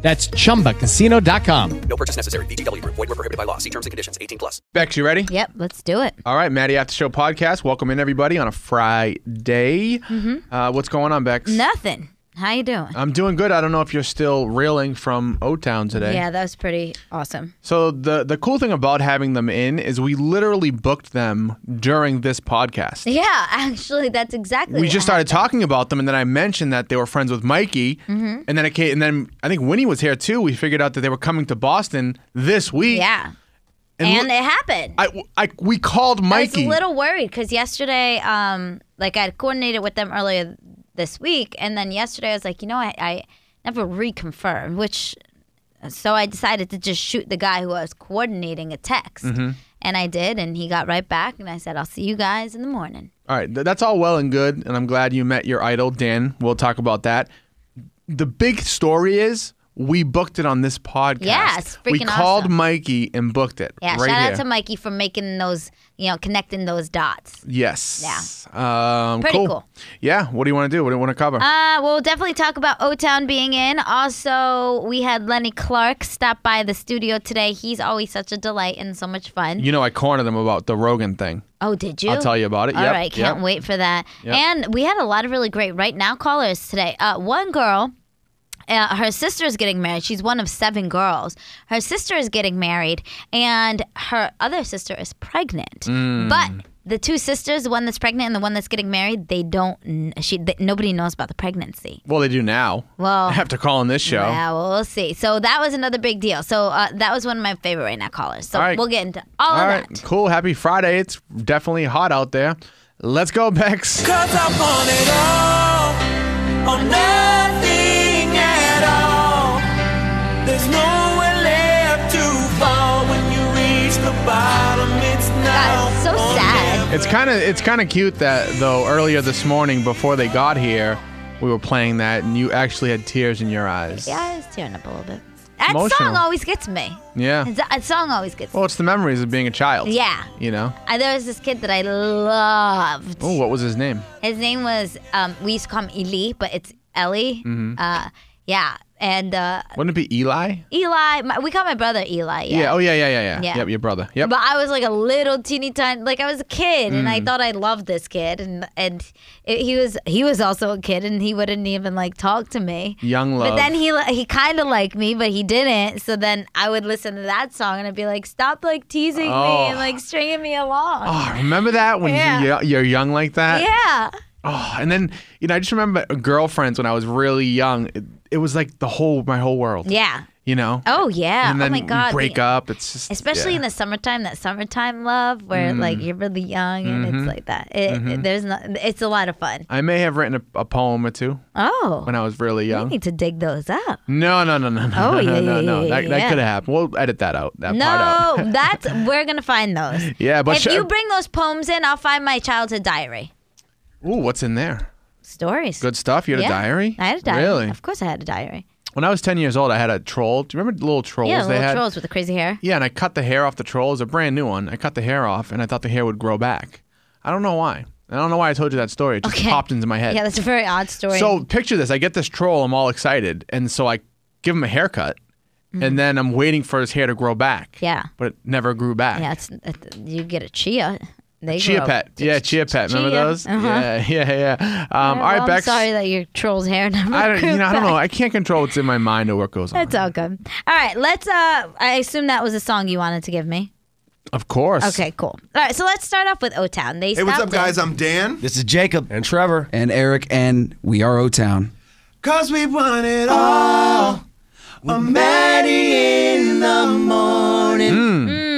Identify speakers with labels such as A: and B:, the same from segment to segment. A: That's chumbacasino.com.
B: No purchase necessary. VGW Group. Void were prohibited by law. See terms and conditions. 18 plus.
C: Bex, you ready?
D: Yep, let's do it.
C: All right, Maddie After Show podcast. Welcome in everybody on a Friday.
D: Mm-hmm.
C: Uh, what's going on, Bex?
D: Nothing. How you doing?
C: I'm doing good. I don't know if you're still reeling from O Town today.
D: Yeah, that was pretty awesome.
C: So the the cool thing about having them in is we literally booked them during this podcast.
D: Yeah, actually, that's exactly.
C: We
D: what
C: just started
D: happened.
C: talking about them, and then I mentioned that they were friends with Mikey,
D: Mm-hmm.
C: and then it came, and then I think Winnie was here too. We figured out that they were coming to Boston this week.
D: Yeah,
C: and,
D: and
C: li-
D: it happened. I,
C: I, I we called
D: was
C: Mikey.
D: a little worried because yesterday, um, like I had coordinated with them earlier this week, and then yesterday I was like, you know, I, I never reconfirmed, which so I decided to just shoot the guy who I was coordinating a text,
C: Mm-hmm.
D: and I did, and he got right back, and I said, I'll see you guys in the morning.
C: All right, th- that's all well and good, and I'm glad you met your idol, Dan. We'll talk about that. The big story is we booked it on this podcast.
D: Yeah, it's
C: we
D: freaking
C: called
D: awesome.
C: Mikey and booked it.
D: Yeah,
C: right
D: shout
C: here.
D: out to Mikey for making those, you know, connecting those dots.
C: Yes. Yeah. Um,
D: Pretty
C: cool.
D: cool.
C: Yeah. What do you want to do? What do you want to cover?
D: Uh, we'll definitely talk about O Town being in. Also, we had Lenny Clark stop by the studio today. He's always such a delight and so much fun.
C: you know, I cornered them about the Rogan thing.
D: oh, did you?
C: I'll tell you about it.
D: All
C: Yep,
D: right, can't
C: yep.
D: wait for that.
C: Yep.
D: And we had a lot of really great right now callers today. Uh, one girl. Uh, her sister is getting married. She's one of seven girls. Her sister is getting married, and her other sister is pregnant.
C: Mm.
D: But the two sisters, the one that's pregnant and the one that's getting married, they don't. kn- She th- nobody knows about the pregnancy.
C: Well, they do now.
D: Well-
C: after calling this show.
D: Yeah, well, we'll see. So that was another big deal. So uh, that was one of my favorite right now callers. So
C: All right.
D: we'll get into all,
C: All
D: of
C: right.
D: that.
C: Cool. Happy Friday. It's definitely hot out there. Let's go, Bex.
E: Cause I want it all, or nothing at all. There's nowhere left to fall when you reach the bottom. It's now
D: That's so
E: or
D: sad.
E: never.
C: It's kind of it's kind of cute that though earlier this morning before they got here, we were playing that and you actually had tears in your eyes.
D: Yeah, I was tearing up a little bit. That
C: Emotional.
D: song always gets me.
C: Yeah.
D: That that song always gets me.
C: Well, it's the memories of being a child.
D: Yeah.
C: You know.
D: Uh, there was this kid that I loved.
C: Oh, what was his name?
D: His name was, um, we used to call him Eli, but it's Ellie.
C: Mm-hmm.
D: Uh, yeah. And uh,
C: Wouldn't it be Eli?
D: Eli, my, we call my brother Eli. Yeah.
C: Oh yeah, yeah, yeah, yeah.
D: Yeah.
C: Yep, your brother. Yep. Mm.
D: But I was like a little teeny tiny, like I was a kid, and I thought I loved this kid, and and it, he was he was also a kid, and he wouldn't even like talk to me.
C: Young love.
D: But then he li- he kind of liked me, but he didn't. So then I would listen to that song, and I'd be like, "Stop like teasing
C: Oh.
D: me and like stringing me along."
C: Oh, remember that when
D: Yeah.
C: you're, you're young like that?
D: Yeah,
C: Oh, and then you know, I just remember girlfriends when I was really young. It, it was like the whole my whole world.
D: yeah.
C: You know.
D: Oh yeah.
C: And then
D: oh my
C: we
D: god.
C: break
D: the-
C: up. It's just
D: Especially
C: yeah. Mm-hmm.
D: in the summertime, that summertime love where like you're really young and it's like that. It, There's not. It's a lot of fun.
C: I may have written a, a poem or two
D: Oh,
C: when I was really
D: you
C: young.
D: need to dig those up.
C: No, no, no, no, no,
D: Oh,
C: no,
D: yeah,
C: no,
D: yeah,
C: no.
D: yeah,
C: That,
D: yeah,
C: that
D: yeah.
C: could have happened. We'll edit that out. That part out.
D: No, that's we're gonna find those.
C: Yeah, but
D: if
C: sh-
D: you bring those poems in, I'll find my childhood diary
C: Ooh, what's in there?
D: stories.
C: Good stuff. You had
D: Yeah,
C: a diary.
D: I had a diary.
C: Really?
D: Of course, I had a diary.
C: When I was ten years old, I had a troll. Do you remember the little trolls
D: yeah,
C: they
D: little
C: had?
D: trolls with the crazy hair.
C: Yeah, and I cut the hair off the troll. It was a brand new one. I cut the hair off, and I thought the hair would grow back. I don't know why. I don't know why I told you that story. It just
D: Okay.
C: popped into my head.
D: Yeah, that's a very odd story.
C: So picture this: I get this troll, I'm all excited, and so I give him a haircut, and then I'm waiting for his hair to grow back.
D: Mm-hmm. Yeah.
C: but it never grew back.
D: yeah, it's, it, you get a chia. They
C: Chia
D: grow-
C: pet, yeah, chia pet. Remember
D: Chia.
C: those?
D: Uh-huh.
C: Yeah, yeah, yeah. Um, all right,
D: Oh, Well, I'm
C: Bex.
D: sorry that your troll's hair never.
C: I don't,
D: grew
C: you know, I don't
D: back.
C: know. I can't control what's in my mind or what goes on.
D: That's all good. All right, let's. Uh, I assume that was a song you wanted to give me.
C: Of course.
D: Okay, cool. All right, so let's start off with O Town. They
F: Hey, what's up,
D: stopped in-
F: guys? I'm Dan.
G: This is Jacob
H: and Trevor.
G: and Eric, and we are O Town.
F: Cause we want it all. A Maddie in the morning.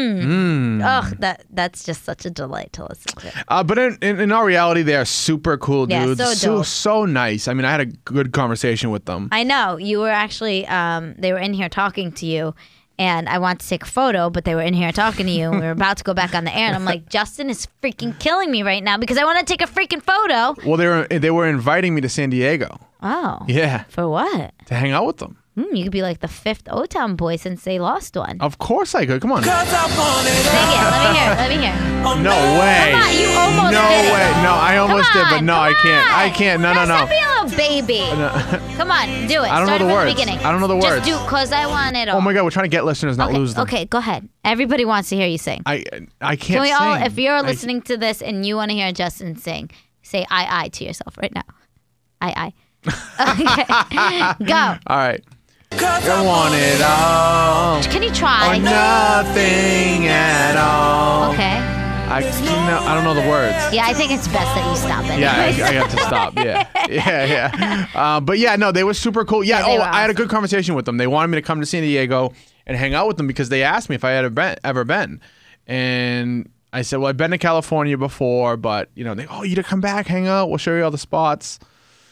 D: Ugh, that that's just such a delight to listen to.
C: Uh, but in, in, in all reality, they are super cool
D: Yeah,
C: dudes.
D: so
C: so
D: dope.
C: so nice. I mean, I had a good conversation with them.
D: I know you were actually um, they were in here talking to you, and I want to take a photo, but they were in here talking to you. and we were about to go back on the air, and I'm like, Justin is freaking killing me right now because I want to take a freaking photo.
C: Well, they were they were inviting me to San Diego.
D: Oh,
C: Yeah,
D: for what?
C: to hang out with them.
D: Hmm, you could be like the fifth O Town boy since they lost one.
C: Of course I could. Come on.
E: Cause I want it
D: Sing
E: all.
D: it. Let me hear. it. Let me hear.
C: No way.
D: Come on, you almost
C: no
D: did it.
C: way. No, I almost did, but no, I can't. I can't. No, no, no.
D: Stop being a little baby. Come on, do it.
C: I don't know
D: Start
C: the
D: from
C: words.
D: The beginning.
C: I don't know the words.
D: Just do cause I want it all.
C: Oh my god, we're trying to get listeners, not
D: Okay,
C: lose them.
D: okay, go ahead. Everybody wants to hear you sing.
C: I I can't.
D: Can we all?
C: sing.
D: If you're
C: I-
D: listening to this and you want to hear Justin sing, say "I I" to yourself right now. I I. okay, go.
C: all right. I want it all
D: Can you try?
C: or nothing at all.
D: Okay.
C: I cannot, I don't know the words.
D: Yeah, I think it's best that you stop it.
C: Yeah, I, I have to stop. Yeah, yeah, yeah. Uh, but yeah, no, they were super cool. Yeah.
D: Yeah, they
C: oh,
D: were
C: I had a
D: awesome.
C: good conversation with them. They wanted me to come to San Diego and hang out with them because they asked me if I had ever been, ever been, and I said, well, I've been to California before, but you know, they, oh, you to come back, hang out, we'll show you all the spots.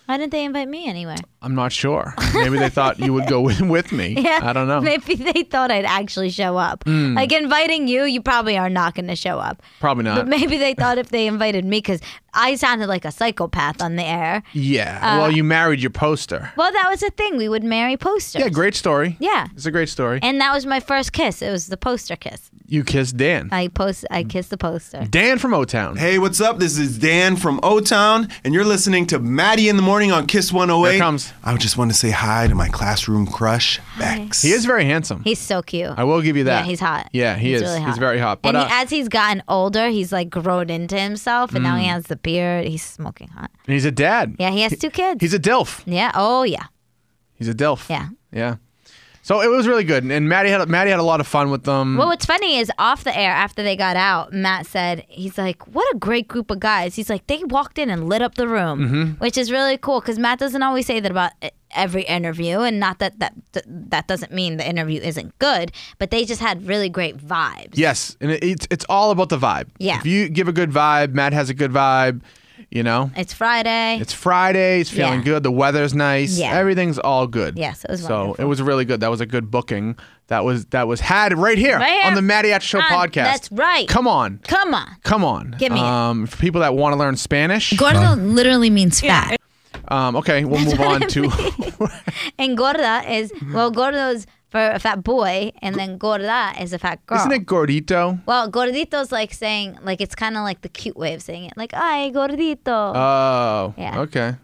D: Why didn't they invite me anywhere?
C: I'm not sure. Maybe they thought you would go with, with me. I don't know. Hmm.
D: Maybe they thought I'd actually show up. Like inviting you, you probably are not going to show up.
C: Probably not.
D: But maybe they thought if they invited me, because I sounded like a psychopath on the air.
C: yeah.
D: Uh,
C: well, you married your poster.
D: Well, that was the thing. We would marry posters.
C: Yeah, great story.
D: Yeah.
C: It's a great story.
D: And that was my first kiss. It was the poster kiss.
C: You kissed Dan.
D: I post. I
C: Mm.
D: kissed the poster.
C: Dan from O Town.
F: Hey, what's up? This is Dan from O Town, and you're listening to Maddie in the Morning on Kiss 108.
C: Here comes.
F: I just want to say hi to my classroom crush, Bex.
C: He is very handsome.
D: He's so cute.
C: I will give you that.
D: Yeah, he's hot.
C: Yeah, he
D: He's
C: is.
D: really
C: He's very hot. But
D: and
C: uh,
D: he, as he's gotten older, he's like grown into himself, and now
C: Mm.
D: he has the beard. He's smoking hot.
C: and he's a dad.
D: Yeah, he has two kids.
C: He's Mm. a DILF.
D: yeah. Oh yeah.
C: He's a DILF.
D: Yeah.
C: Yeah. So it was really good. And Maddie had Maddie had a lot of fun with them.
D: Well, what's funny is off the air after they got out, Matt said, he's like, what a great group of guys. He's like, they walked in and lit up the room,
C: Mm-hmm.
D: which is really cool because Matt doesn't always say that about e- every interview. And not that that, th- that doesn't mean the interview isn't good, but they just had really great vibes.
C: yes. And it, it's it's all about the vibe.
D: Yeah.
C: If you give a good vibe, Matt has a good vibe, you know.
D: It's Friday.
C: It's Friday. It's feeling
D: Yeah.
C: good. The weather's nice.
D: Yeah.
C: Everything's all good.
D: Yes, it was
C: so
D: wonderful.
C: it was really good. That was a good booking. That was that was had right here,
D: Right here.
C: on the Maddie At Show
D: On-
C: podcast.
D: that's right.
C: Come on,
D: Come on.
C: come on.
D: Give me it.
C: um, for people that want to learn Spanish.
D: Gordo literally means fat.
C: Um, okay, we'll move on to
D: And gorda is,
C: Mm-hmm.
D: well, gordo is for a fat boy, and then gorda is a fat girl.
C: isn't it gordito?
D: Well, gordito's like saying, like it's kind of like the cute way of saying it, like "ay gordito."
C: Oh,
D: Yeah.
C: Okay,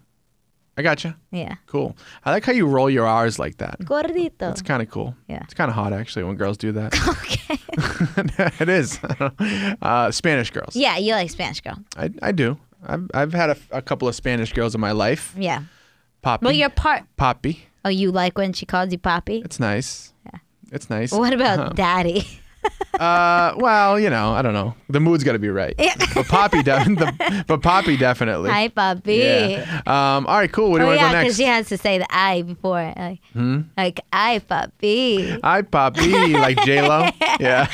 C: I gotcha.
D: yeah,
C: Cool. I like how you roll your R's like that.
D: gordito.
C: It's kind of cool.
D: Yeah.
C: It's kind of hot actually when girls do that.
D: okay.
C: it is. uh, Spanish girls.
D: Yeah, you like Spanish girl.
C: I, I do. I've, I've had a, a couple of Spanish girls in my life.
D: Yeah.
C: Poppy.
D: Well, you're part.
C: Poppy.
D: Oh, you like when she calls you Poppy?
C: It's nice. Yeah. It's uh-huh. nice.
D: What about Daddy?
C: Uh, well, you know, I don't know. The mood's got to be right. Yeah. But Poppy, de- the, but Poppy definitely.
D: Hi, Poppy.
C: Yeah. Um. All right. Cool. Where do you
D: Oh
C: want to
D: yeah,
C: go next? Hmm?
D: because she has to say the "I" before, it, like, like "I Poppy."
C: Hi, Poppy. Like J Lo. yeah.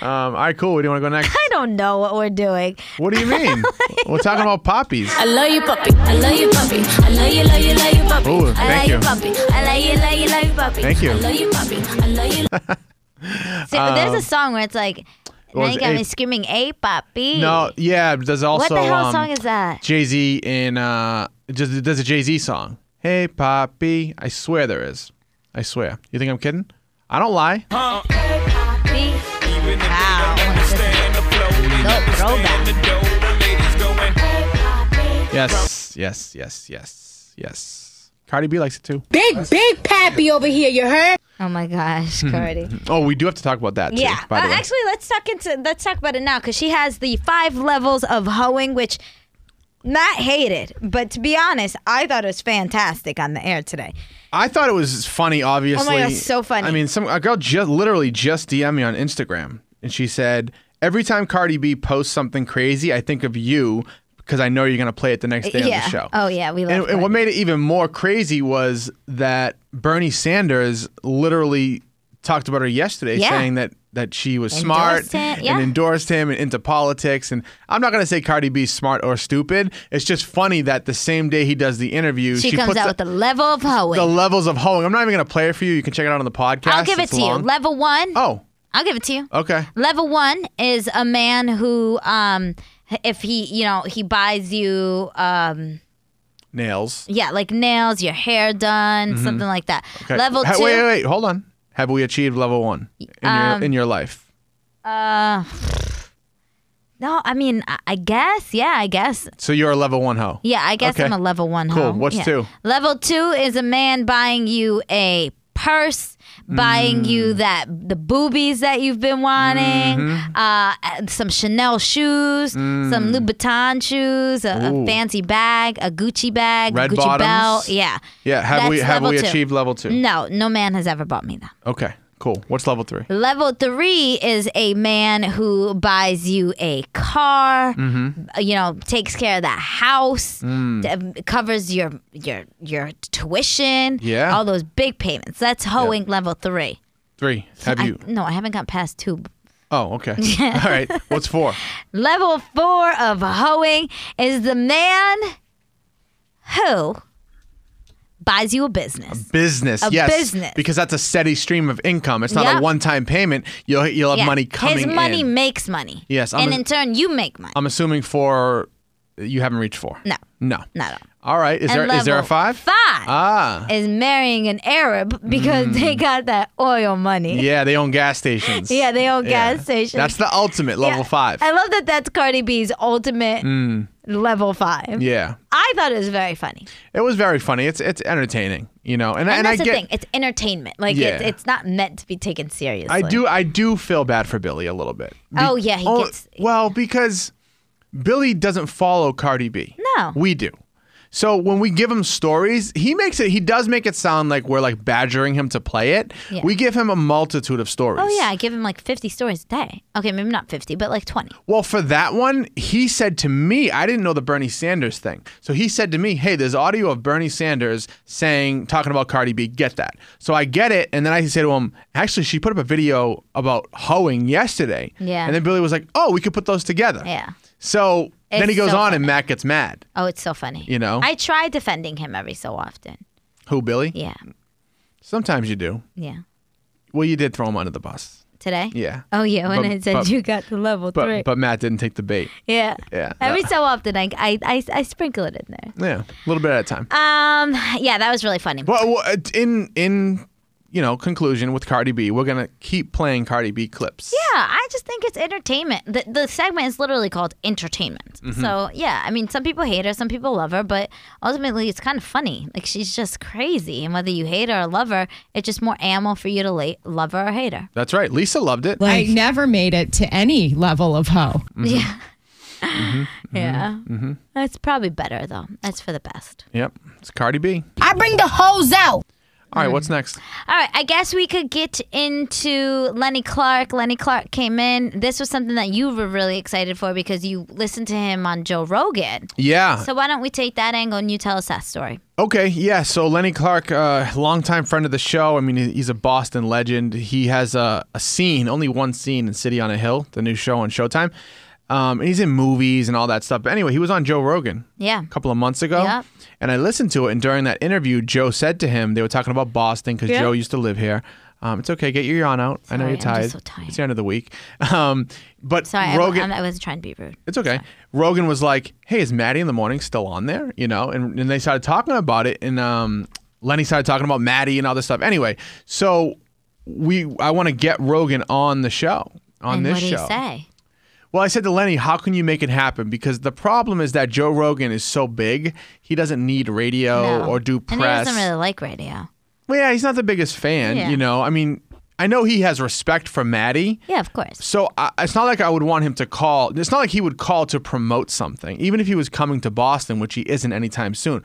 C: um. All right. Cool. Where do you want to go next?
D: I don't know what we're doing.
C: What do you mean? We're talking about poppies.
H: I love you, puppy. I love you, puppy. I love you, love you, love you, puppy.
C: Ooh,
H: I
C: thank
H: love
C: you.
H: puppy. I love you, love you, love you, puppy.
C: Thank you.
H: I love you, puppy. I love you.
D: See, there's a song where it's like,
C: Um, was
D: "Man, you got
C: it?
D: me screaming, "Hey, Poppy!"
C: No. Yeah. There's also
D: What the hell
C: um,
D: song is that?
C: Jay Z in uh. Just there's a Jay Z song. Hey, Poppy. I swear there is. I swear. You think I'm kidding? I don't lie. Yes, yes, yes, yes, yes. Cardi B likes it too.
I: Big, big pappy over here, you heard?
D: Oh my gosh, Cardi.
C: Oh, we do have to talk about that. Too,
D: Yeah.
C: By the
D: Uh,
C: way.
D: actually, let's talk into let's talk about it now because she has the five levels of hoeing, which Matt hated, but to be honest, I thought it was fantastic on the air today.
C: I thought it was funny. Obviously,
D: gosh, Oh so funny.
C: I mean, some a girl just literally just DM me on Instagram, and she said, "Every time Cardi B posts something crazy, I think of you because I know you're gonna play it the next day on
D: Yeah.
C: the show."
D: Oh, yeah, we love
C: And, and what
D: Cardi.
C: made it even more crazy was that Bernie Sanders literally talked about her yesterday,
D: Yeah.
C: saying that that she was smart
D: Endorsed it, yeah.
C: and endorsed him and into politics. And I'm not gonna say Cardi B's smart or stupid. It's just funny that the same day he does the interview,
D: She, comes
C: puts
D: out
C: the-
D: with the level of hoeing.
C: the levels of hoeing. I'm not even gonna play it for you. You can check it out on the podcast.
D: I'll give it
C: It's
D: to
C: long.
D: you. Level one.
C: oh,
D: I'll give it to you.
C: okay.
D: Level one is a man who, um, if he, you know, he buys you, um,
C: Nails.
D: yeah, like nails, your hair done, something like that.
C: Mm-hmm. Okay.
D: Level
C: Ha-
D: two. Um,
C: Wait, wait, wait. Hold on. Have we achieved level one in your in your life?
D: No, I mean, I, I guess, yeah, I guess,
C: So you're a level one hoe.
D: yeah, I guess
C: Okay.
D: I'm a level one.
C: Cool.
D: hoe.
C: What's
D: Yeah.
C: two?
D: Level two is a man buying you a purse, buying you
C: Mm.
D: that the boobies that you've been wanting,
C: Mm-hmm.
D: uh, some Chanel shoes, some Louboutin shoes, a, a
C: Mm. Ooh.
D: fancy bag, a Gucci bag,
C: Red
D: Gucci
C: bottoms?
D: belt. Yeah.
C: Yeah. Have
D: That's
C: we have
D: level
C: we
D: two.
C: achieved level two?
D: No, no man has ever bought me that.
C: Okay. Cool. What's level three?
D: Level three is a man who buys you a car,
C: Mm-hmm.
D: you know, takes care of that house,
C: Mm.
D: d- covers your your your tuition,
C: Yeah.
D: all those big payments. That's hoeing level three.
C: Three. Have you?
D: I, no, I haven't got past two.
C: Oh, okay. All right. What's four?
D: Level four of hoeing is the man who buys you a business.
C: Business.
D: A
C: yes.
D: business.
C: Because that's a steady stream of income. It's not
D: Yep.
C: a one-time payment. You'll you'll have
D: Yeah.
C: money coming
D: His money
C: in.
D: makes money.
C: Yes, I'm
D: and
C: a-
D: in turn, you make money.
C: I'm assuming four. You haven't reached four.
D: No.
C: No.
D: Not at all.
C: All right. Is there is
D: And
C: there a
D: level
C: five?
D: Five.
C: Ah. Mm.
D: is marrying an Arab because they got that oil money.
C: Yeah, they own gas stations.
D: Yeah, they own gas
C: Yeah.
D: stations.
C: That's the ultimate level
D: Yeah.
C: five. Mm.
D: I love that that's Cardi B's ultimate level five.
C: yeah.
D: I thought it was very funny.
C: It was very funny. It's it's entertaining, you know. And, I-
D: And,
C: and
D: that's
C: I
D: the
C: get
D: thing. It's entertainment. Like,
C: Yeah.
D: it's, it's not meant to be taken seriously.
C: I do I do feel bad for Billy a little bit. Be-
D: Oh, yeah, he
C: oh,
D: gets-
C: Well, because Billy doesn't follow Cardi B.
D: No.
C: We do. So when we give him stories, he makes it he does make it sound like we're like badgering him to play it.
D: Yeah.
C: We give him a multitude of stories.
D: Oh, yeah. I give him like 50 stories a day. Okay, maybe not 50, but like 20.
C: Well, for that one, he said to me, I didn't know the Bernie Sanders thing. So he said to me, Hey, there's audio of Bernie Sanders saying, talking about Cardi B, get that. So I get it. And then I say to him, Actually, she put up a video about hoeing yesterday.
D: Yeah.
C: And then Billy was like, Oh, we could put those together.
D: Yeah.
C: So then
D: It's
C: he goes
D: so
C: on
D: funny.
C: and Matt gets mad.
D: Oh, it's so funny.
C: You know?
D: I try defending him every so often.
C: Who, Billy?
D: Yeah.
C: Sometimes you do.
D: Yeah.
C: Well, you did throw him under the bus.
D: Today?
C: Yeah.
D: Oh, yeah. When
C: But-
D: I said
C: but-
D: you got the level
C: But,
D: three.
C: but Matt didn't take the bait.
D: yeah.
C: Yeah.
D: Every
C: Uh,
D: so often, I, I, I, I sprinkle it in there.
C: Yeah. A little bit at a time.
D: Um. Yeah, that was really funny.
C: Well, well, uh, in in you know conclusion with Cardi B, we're gonna keep playing Cardi B clips.
D: Yeah, I just think it's entertainment. The, the segment is literally called entertainment.
C: Mm-hmm.
D: So yeah, I mean, some people hate her, some people love her, but ultimately, it's kind of funny. Like she's just crazy, and whether you hate her or love her, it's just more ammo for you to la- love her or hate her.
C: That's right. Lisa loved it.
J: I never made it to any level of hoe.
D: Yeah.
C: Mm-hmm.
D: Yeah. That's probably better, though. That's for the best.
C: Yep, it's Cardi B.
I: I bring the hoes out.
C: All right, what's next?
D: All right, I guess we could get into Lenny Clark. Lenny Clark came in. This was something that you were really excited for because you listened to him on Joe Rogan.
C: Yeah.
D: So why don't we take that angle and you tell us that story?
C: Okay, yeah. So Lenny Clark, uh, longtime friend of the show. I mean, he- he's a Boston legend. He has a, a scene, only one scene in City on a Hill, the new show on Showtime. Um, and he's in movies and all that stuff. But anyway, he was on Joe Rogan.
D: Yeah.
C: A couple of months ago.
D: Yep.
C: And I listened to it. And during that interview, Joe said to him, they were talking about Boston because
D: Yeah.
C: Joe used to live here. Um, it's okay. Get your yawn out. I know
D: Sorry,
C: you're
D: I'm
C: tired.
D: just so tired.
C: It's the end of the week. Um, but
D: Sorry, I-
C: Rogan.
D: I'm- I, wasn't trying to be rude.
C: It's okay. Rogan was like, "Hey, is Maddie in the morning still on there?" You know, and, and they started talking about it, and um, Lenny started talking about Maddie and all this stuff. Anyway, so we, I want to get Rogan on the show, on
D: and
C: this
D: what did
C: show.
D: he say?
C: Well, I said to Lenny, "How can you make it happen?" Because the problem is that Joe Rogan is so big, he doesn't need radio
D: No.
C: Oh, or do
D: And he
C: press.
D: doesn't really like radio.
C: well, yeah, he's not the biggest fan.
D: Yeah.
C: You know, I mean, I know he has respect for Maddie.
D: Yeah, of course.
C: So I, it's not like I would want him to call. It's not like he would call to promote something, even if he was coming to Boston, which he isn't anytime soon.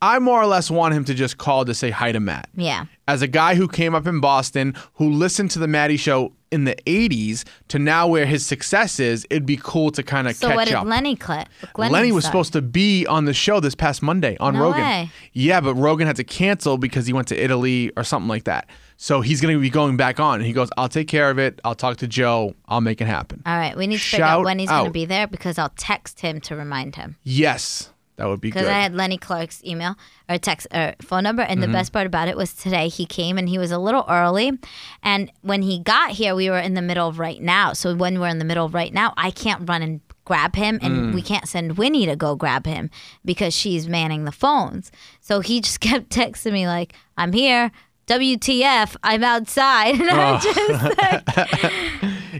C: I more or less want him to just call to say hi to Matt.
D: Yeah.
C: As a guy who came up in Boston, who listened to the Maddie show in the 80s to now where his success is, it'd be cool to kind of
D: So
C: catch
D: what did
C: up.
D: Lenny clip?
C: Lenny was supposed to be on the show this past Monday on
D: No
C: Rogan.
D: way.
C: Yeah, but Rogan had to cancel because he went to Italy or something like that. So he's going to be going back on. And he goes, I'll take care of it. I'll talk to Joe. I'll make it happen.
D: All right, we need to figure out
C: Shout
D: when he's going to
C: out.
D: be there because I'll text him to remind him.
C: Yes, that would be good.
D: Because I had Lenny Clark's email or text or phone number, and the best part about it was today he came and he was a little early, and when he got here, we were in the middle of right now. So when we're in the middle of right now, I can't run and grab him, and we can't send Winnie to go grab him because she's manning the phones. So he just kept texting me like, "I'm here." WTF, I'm outside. And I'm just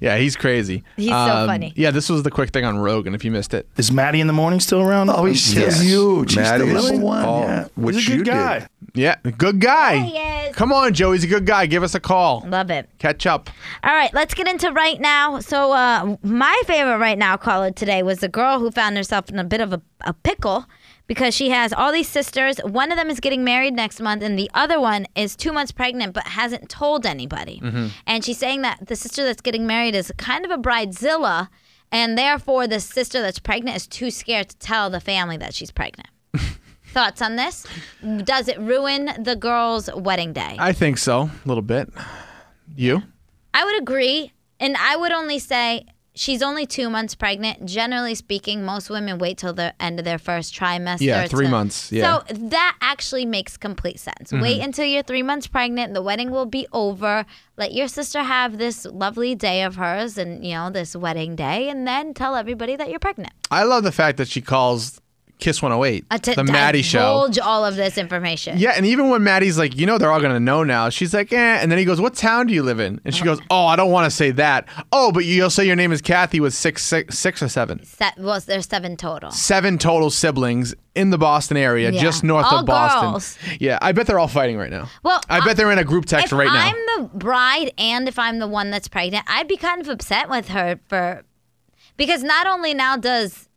C: yeah, he's crazy. Um,
D: He's so funny.
C: Yeah, this was the quick thing on Rogan if you missed it.
K: Is Maddie in the morning still around?
L: Oh, he's still
K: Yes.
L: huge.
K: Maddie
L: he's
K: is
L: still number one.
K: all-
L: yeah.
K: Which
L: he's a good
K: you did.
L: guy.
C: Yeah, good guy. Come on, Joe. He's a good guy. Give us a call.
D: Love it.
C: Catch up.
D: All right, let's get into right now. So, uh, my favorite right now caller today was the girl who found herself in a bit of a, a pickle because she has all these sisters. One of them is getting married next month, and the other one is two months pregnant but hasn't told anybody. And she's saying that the sister that's getting married is kind of a bridezilla, and therefore the sister that's pregnant is too scared to tell the family that she's pregnant. Thoughts on this? Does it ruin the girl's wedding day?
C: I think so, a little bit. You?
D: I would agree. And I would only say she's only two months pregnant. Generally speaking, most women wait till the end of their first trimester.
C: Yeah, three
D: to-
C: months, yeah.
D: So that actually makes complete sense.
C: Mhm.
D: Wait until you're three months pregnant. The wedding will be over. Let your sister have this lovely day of hers and, you know, this wedding day, and then tell everybody that you're pregnant.
C: I love the fact that she calls Kiss 108
D: Uh, to
C: the Maddie show.
D: divulge all of this information.
C: Yeah, and even when Maddie's like, you know, they're all gonna know now. She's like, eh. And then he goes, "What town do you live in?" And she goes, "Oh, I don't want to say that. Oh, but you'll say your name is Kathy with six, six, six or seven,
D: Se- well, there's seven total.
C: seven total siblings in the Boston area,
D: Yeah.
C: just north
D: All
C: of Boston.
D: girls.
C: Yeah, I bet they're all fighting right now.
D: Well, uh,
C: I bet they're in a group text
D: if
C: right now.
D: I'm the bride and if I'm the one that's pregnant, I'd be kind of upset with her for because not only now does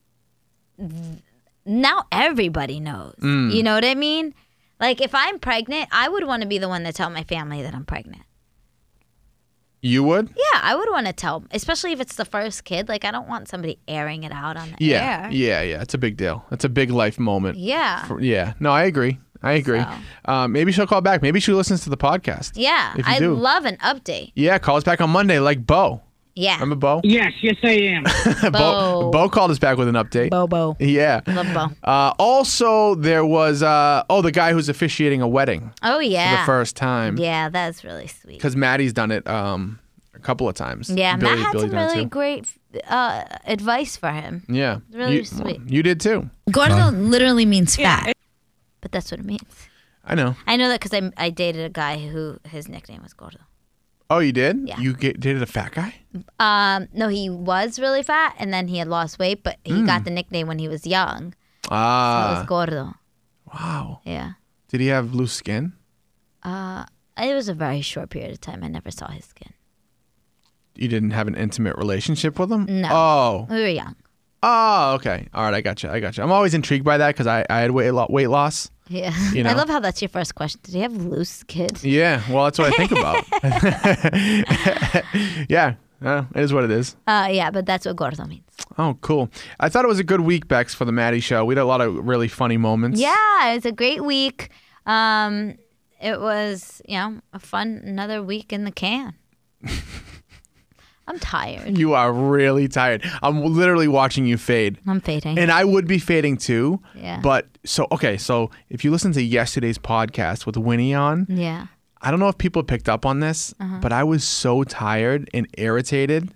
D: now everybody knows.
C: Hmm.
M: Mm.
D: You know what I mean? Like if I'm pregnant, I would want to be the one to tell my family that I'm pregnant.
C: You would?
D: Yeah, I would want to tell, especially if it's the first kid. Like I don't want somebody airing it out on the
C: Yeah,
D: air.
C: yeah, yeah. It's a big deal. It's a big life moment.
D: Yeah.
C: For- yeah. No, I agree. I agree. Um, maybe she'll call back. Maybe she listens to the podcast.
D: Yeah,
C: If you
D: I
C: do.
D: love an update.
C: Yeah, call us back on Monday, like Bo.
D: Yeah.
C: Remember Bo?
D: Yes, yes I am. Oh.
C: Bo. Bo called us back with an update.
D: Bobo.
C: Yeah.
D: Love Bo.
C: Uh, also, there was uh, oh the guy who's officiating a wedding.
D: Oh yeah.
C: For the first time.
D: Yeah, that's really sweet.
C: Because Maddie's done it um, a couple of times.
D: Yeah,
C: Billy,
D: Matt had
C: Billy's
D: some
C: done it,
D: really
C: too.
D: great uh, advice for him.
C: Yeah.
D: really
C: you,
D: sweet.
C: You did too.
D: Gordo literally means fat, but that's what it means.
C: I know.
D: I know that because I, I dated a guy who his nickname was Gordo.
C: Oh, you did?
D: Yeah.
C: You get, dated a fat guy?
D: Um, no, he was really fat, and then he had lost weight, but he got the nickname when he was young.
C: Mm.
D: So it
C: Ah.
D: was Gordo.
C: Wow.
D: Yeah.
C: Did he have loose skin?
D: Uh, it was a very short period of time. I never saw his skin.
C: You didn't have an intimate relationship with him?
D: No.
C: Oh.
D: We were young.
C: Oh, okay. All right, I got you. I got you. I'm always intrigued by that because I, I had weight, lo- weight loss.
D: Yeah.
C: You know?
D: I love how that's your first question. Did he have loose skin?
C: Yeah, well, that's what I think about. yeah, uh, it is what it is.
D: Uh, yeah, but that's what Gordo means.
C: Oh, cool. I thought it was a good week, Bex, for the Maddie show. We had a lot of really funny moments.
D: Yeah, it was a great week. Um, it was, you know, a fun another week in the can. I'm tired.
C: You are really tired. I'm literally watching you fade.
D: I'm fading.
C: And I would be fading too.
D: Yeah.
C: But so, okay, so if you listen to yesterday's podcast with Winnie on,
D: yeah.
C: I don't know if people picked up on this,
D: Uh-huh.
C: but I was so tired and irritated,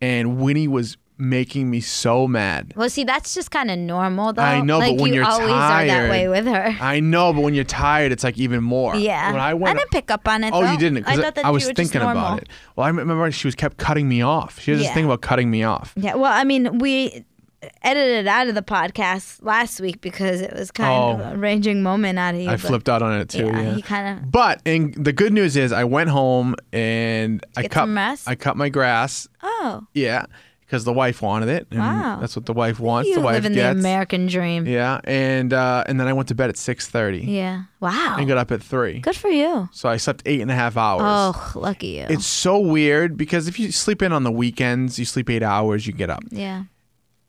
C: and Winnie was making me so mad.
D: Well, see, that's just kind of normal, though.
C: I know,
D: like
C: but when
D: you
C: are
D: always
C: tired,
D: are that way with her.
C: I know, but when you're tired, it's like even more.
D: Yeah.
C: When I went,
D: didn't pick up on it.
C: oh,
D: though.
C: you didn't. 'cause
D: I thought that
C: I
D: you
C: was
D: were just
C: thinking
D: normal.
C: about it. Well, I remember she was kept cutting me off. She was
D: Yeah.
C: just thinking about cutting me off.
D: Yeah. Well, I mean, we edited out of the podcast last week because it was kind
C: Oh.
D: of a raging moment out of you.
C: I
D: but-
C: flipped out on it too.
D: Yeah,
C: Yeah.
D: He kind of.
C: But and the good news is, I went home and I
D: Get
C: cut
D: some rest?
C: I cut my grass.
D: Oh.
C: Yeah, because the wife wanted it. And
D: Wow.
C: That's what the wife wants.
D: You
C: the wife
D: live in
C: gets.
D: the American dream.
C: Yeah, and uh, and then I went to bed at six thirty.
D: Yeah. Wow.
C: And got up at three.
D: Good for you.
C: So I slept eight and a half hours.
D: Oh, lucky you.
C: It's so weird because if you sleep in on the weekends, you sleep eight hours, you get up.
D: yeah.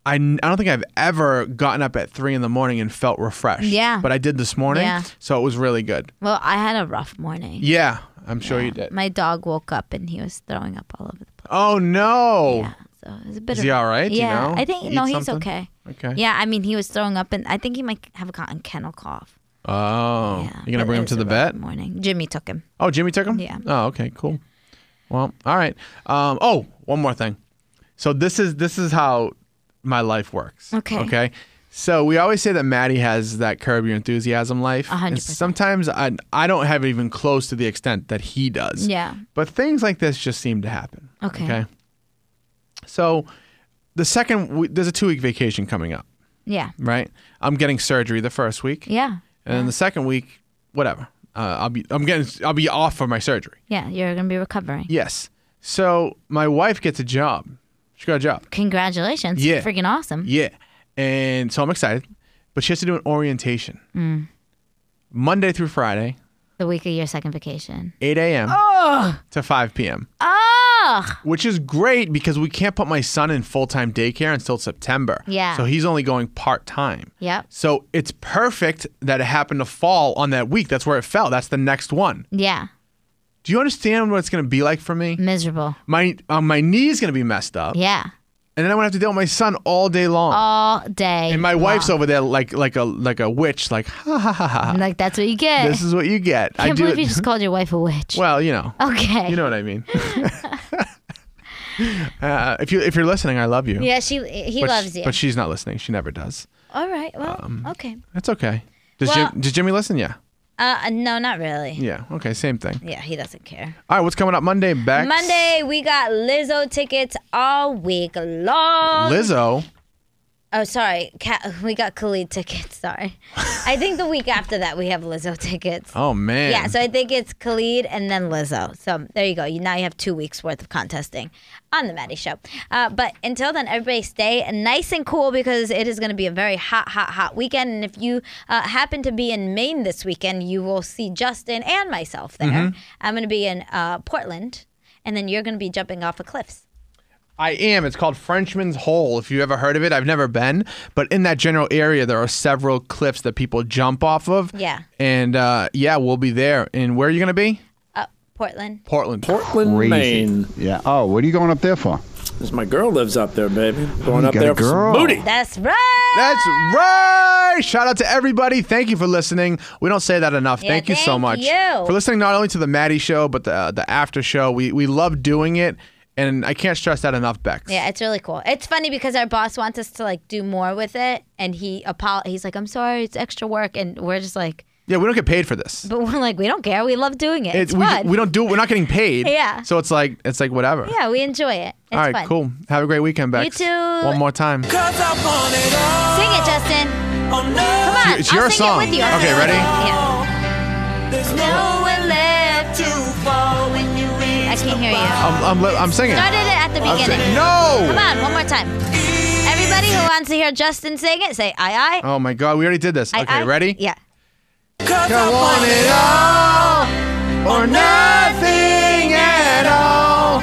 C: I, n- I don't think I've ever gotten up at three in the morning and felt refreshed.
D: Yeah.
C: But I did this morning.
D: Yeah.
C: So it was really good.
D: Well, I had a rough morning. Uh,
C: Yeah, I'm sure you did.
D: My dog woke up and he was throwing up all over the place.
C: Oh, no.
D: Yeah. So it was a bit
C: Is
D: of
C: he all right? Do you
D: Yeah.
C: know?
D: I think
C: Eat
D: no, he's
C: something?
D: okay.
C: Okay.
D: Yeah, I mean he was throwing up and I think he might have gotten kennel cough.
C: Oh.
D: Yeah.
C: You're going to
D: but
C: bring
D: it
C: him
D: was
C: to
D: a
C: the
D: rough
C: vet?
D: Morning. Jimmy took him.
C: Oh, Jimmy took him?
D: Yeah.
C: Oh, okay, cool. Well, all right. Um, oh, one more thing. So this is this is how my life works.
D: Okay.
C: Okay. So we always say that Maddie has that curb your enthusiasm life.
D: hundred
C: And
D: percent.
C: sometimes I I don't have it even close to the extent that he does.
D: Yeah.
C: But things like this just seem to happen.
D: Okay.
C: Okay. So the second we- there's a two week vacation coming up,
D: Yeah.
C: right? I'm getting surgery the first week.
D: Yeah.
C: And then the second week, whatever. Uh, I'll be I'm getting I'll be off for my surgery.
D: Yeah. You're gonna be recovering.
C: Yes. So my wife gets a job. She got a job.
D: Congratulations.
C: Yeah.
D: Freaking awesome.
C: Yeah. And so I'm excited. But she has to do an orientation
D: Mm.
C: Monday through Friday,
D: The week of your second vacation.
C: 8 a.m. to 5 p.m.,
D: Oh
C: which is great because we can't put my son in full time daycare until September.
D: Yeah.
C: So he's only going part time.
D: Yep.
C: So it's perfect that it happened to fall on that week. That's where it fell. That's the next one.
D: yeah.
C: Do you understand what it's going to be like for me?
D: Miserable.
C: My uh, my knee's going to be messed up.
D: Mm. Yeah.
C: And then I'm going to have to deal with my son all day long.
D: All day.
C: And my wife's
D: long.
C: over there like like a like a witch, like ha ha ha ha.
D: I'm like that's what you get.
C: This is what you get.
D: Can't
C: I do.
D: believe
C: it-
D: you just called your wife a witch.
C: well, you know,
D: okay.
C: you know what I mean. uh, if you if you're listening, I love you.
D: yeah, she he
C: but sh-
D: loves you.
C: But she's not listening. She um, never does.
D: All right. Well, okay.
C: That's okay. Does
D: Well-
C: Jim, did Jimmy listen? Yeah.
D: Uh, uh, no, not really. Yeah.
C: Yeah. Okay. Same thing.
D: he doesn't care.
C: All right. What's coming up Monday? Back
D: Monday, we got Lizzo tickets all week long.
C: Lizzo.
D: oh, sorry. Ka- we got Khalid tickets. Sorry. I think the week after that, we have Lizzo tickets.
C: Oh man.
D: Yeah, so I think it's Khalid and then Lizzo. So there you go. You now you have two weeks worth of contesting on the Maddie Show. Uh, but until then, everybody stay nice and cool because it is going to be a very hot, hot, hot weekend. And if you uh, happen to be in Maine this weekend, you will see Justin and myself there. I'm going to be in uh, Portland, and then you're going to be jumping off of cliffs.
C: I am. It's called Frenchman's Hole. If you ever heard of it, I've never been, but in that general area, there are several cliffs that people jump off of.
D: Yeah.
C: And uh, yeah, we'll be there. And where are you going to be?
D: Uh, Portland.
C: Portland.
K: Portland, Maine.
L: Yeah. Oh, what are you going up there for?
K: 'Cause my girl lives up there, baby. Going up
L: got a
K: there for some
L: girl.
K: booty.
D: That's right.
C: That's right. Shout out to everybody. Thank you for listening. We don't say that enough.
D: Yeah,
C: thank you so
D: thank
C: much
D: you.
C: for listening not only to the Maddie show, but the, uh, the after show. We, we love doing it. And I can't stress that enough, Bex.
D: Yeah, it's really cool. It's funny because our boss wants us to like do more with it, and he apol- he's like, "I'm sorry, it's extra work," and we're just like,
C: Yeah, we don't get paid for this.
D: but we're like, we don't care. We love doing it. It's
C: we,
D: fun.
C: we don't do it. We're not getting paid.
D: Yeah.
C: So it's like, it's like whatever.
D: yeah, we enjoy it. It's
C: All right,
D: fun.
C: cool. Have a great weekend,
D: You
C: Bex.
D: too.
C: One more time.
D: Sing it, Justin.
E: Oh,
D: Come on,
C: It's
D: I'll
C: your
D: sing
C: song.
D: It with you.
C: Okay, ready?
D: Yeah.
E: There's nowhere left to fall when you
D: I
E: reach
D: can't hear you.
C: I'm, I'm, li- I'm singing.
D: Started it at the
C: I'm
D: beginning.
C: singing. No.
D: Come on, one more time. Everybody who wants to hear Justin sing it, say aye aye.
C: Oh my God, we already did this.
D: aye,
C: okay,
D: aye.
C: ready?
D: Yeah.
C: I want it all or nothing at all.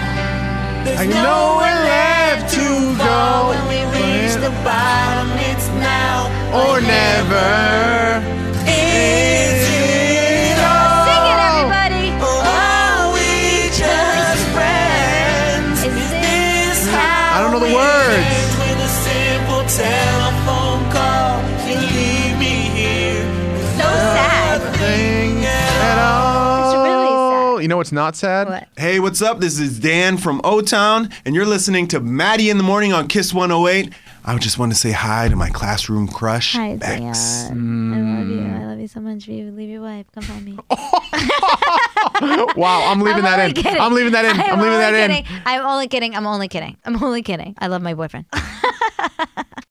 C: I know we're left to
E: fall when we reach the
C: go
E: bottom. It's now
C: or never.
E: Is it all?
D: Sing it, everybody.
E: Or Oh, are we just friends?
D: Is
E: Is
D: this
E: this how
C: I don't know the
E: we
C: words.
E: end With a simple telephone call can leave me here.
D: So sad.
C: Nothing at all.
D: It's really sad.
C: You know what's not sad?
D: What?
M: Hey, what's up? This is Dan from O Town, and you're listening to Maddie in the Morning on Kiss 108. I just want to say hi to my classroom crush,
D: Hi,
M: Bex.
C: Mm.
D: Dan. I love you. I love you so much. You leave your wife. Come find me.
C: Wow, I'm leaving that
D: only
C: in.
D: kidding.
C: I'm leaving that in. I'm, leaving
D: only
C: that in.
D: kidding. I'm only kidding. I'm only kidding. I'm only kidding. I love my boyfriend.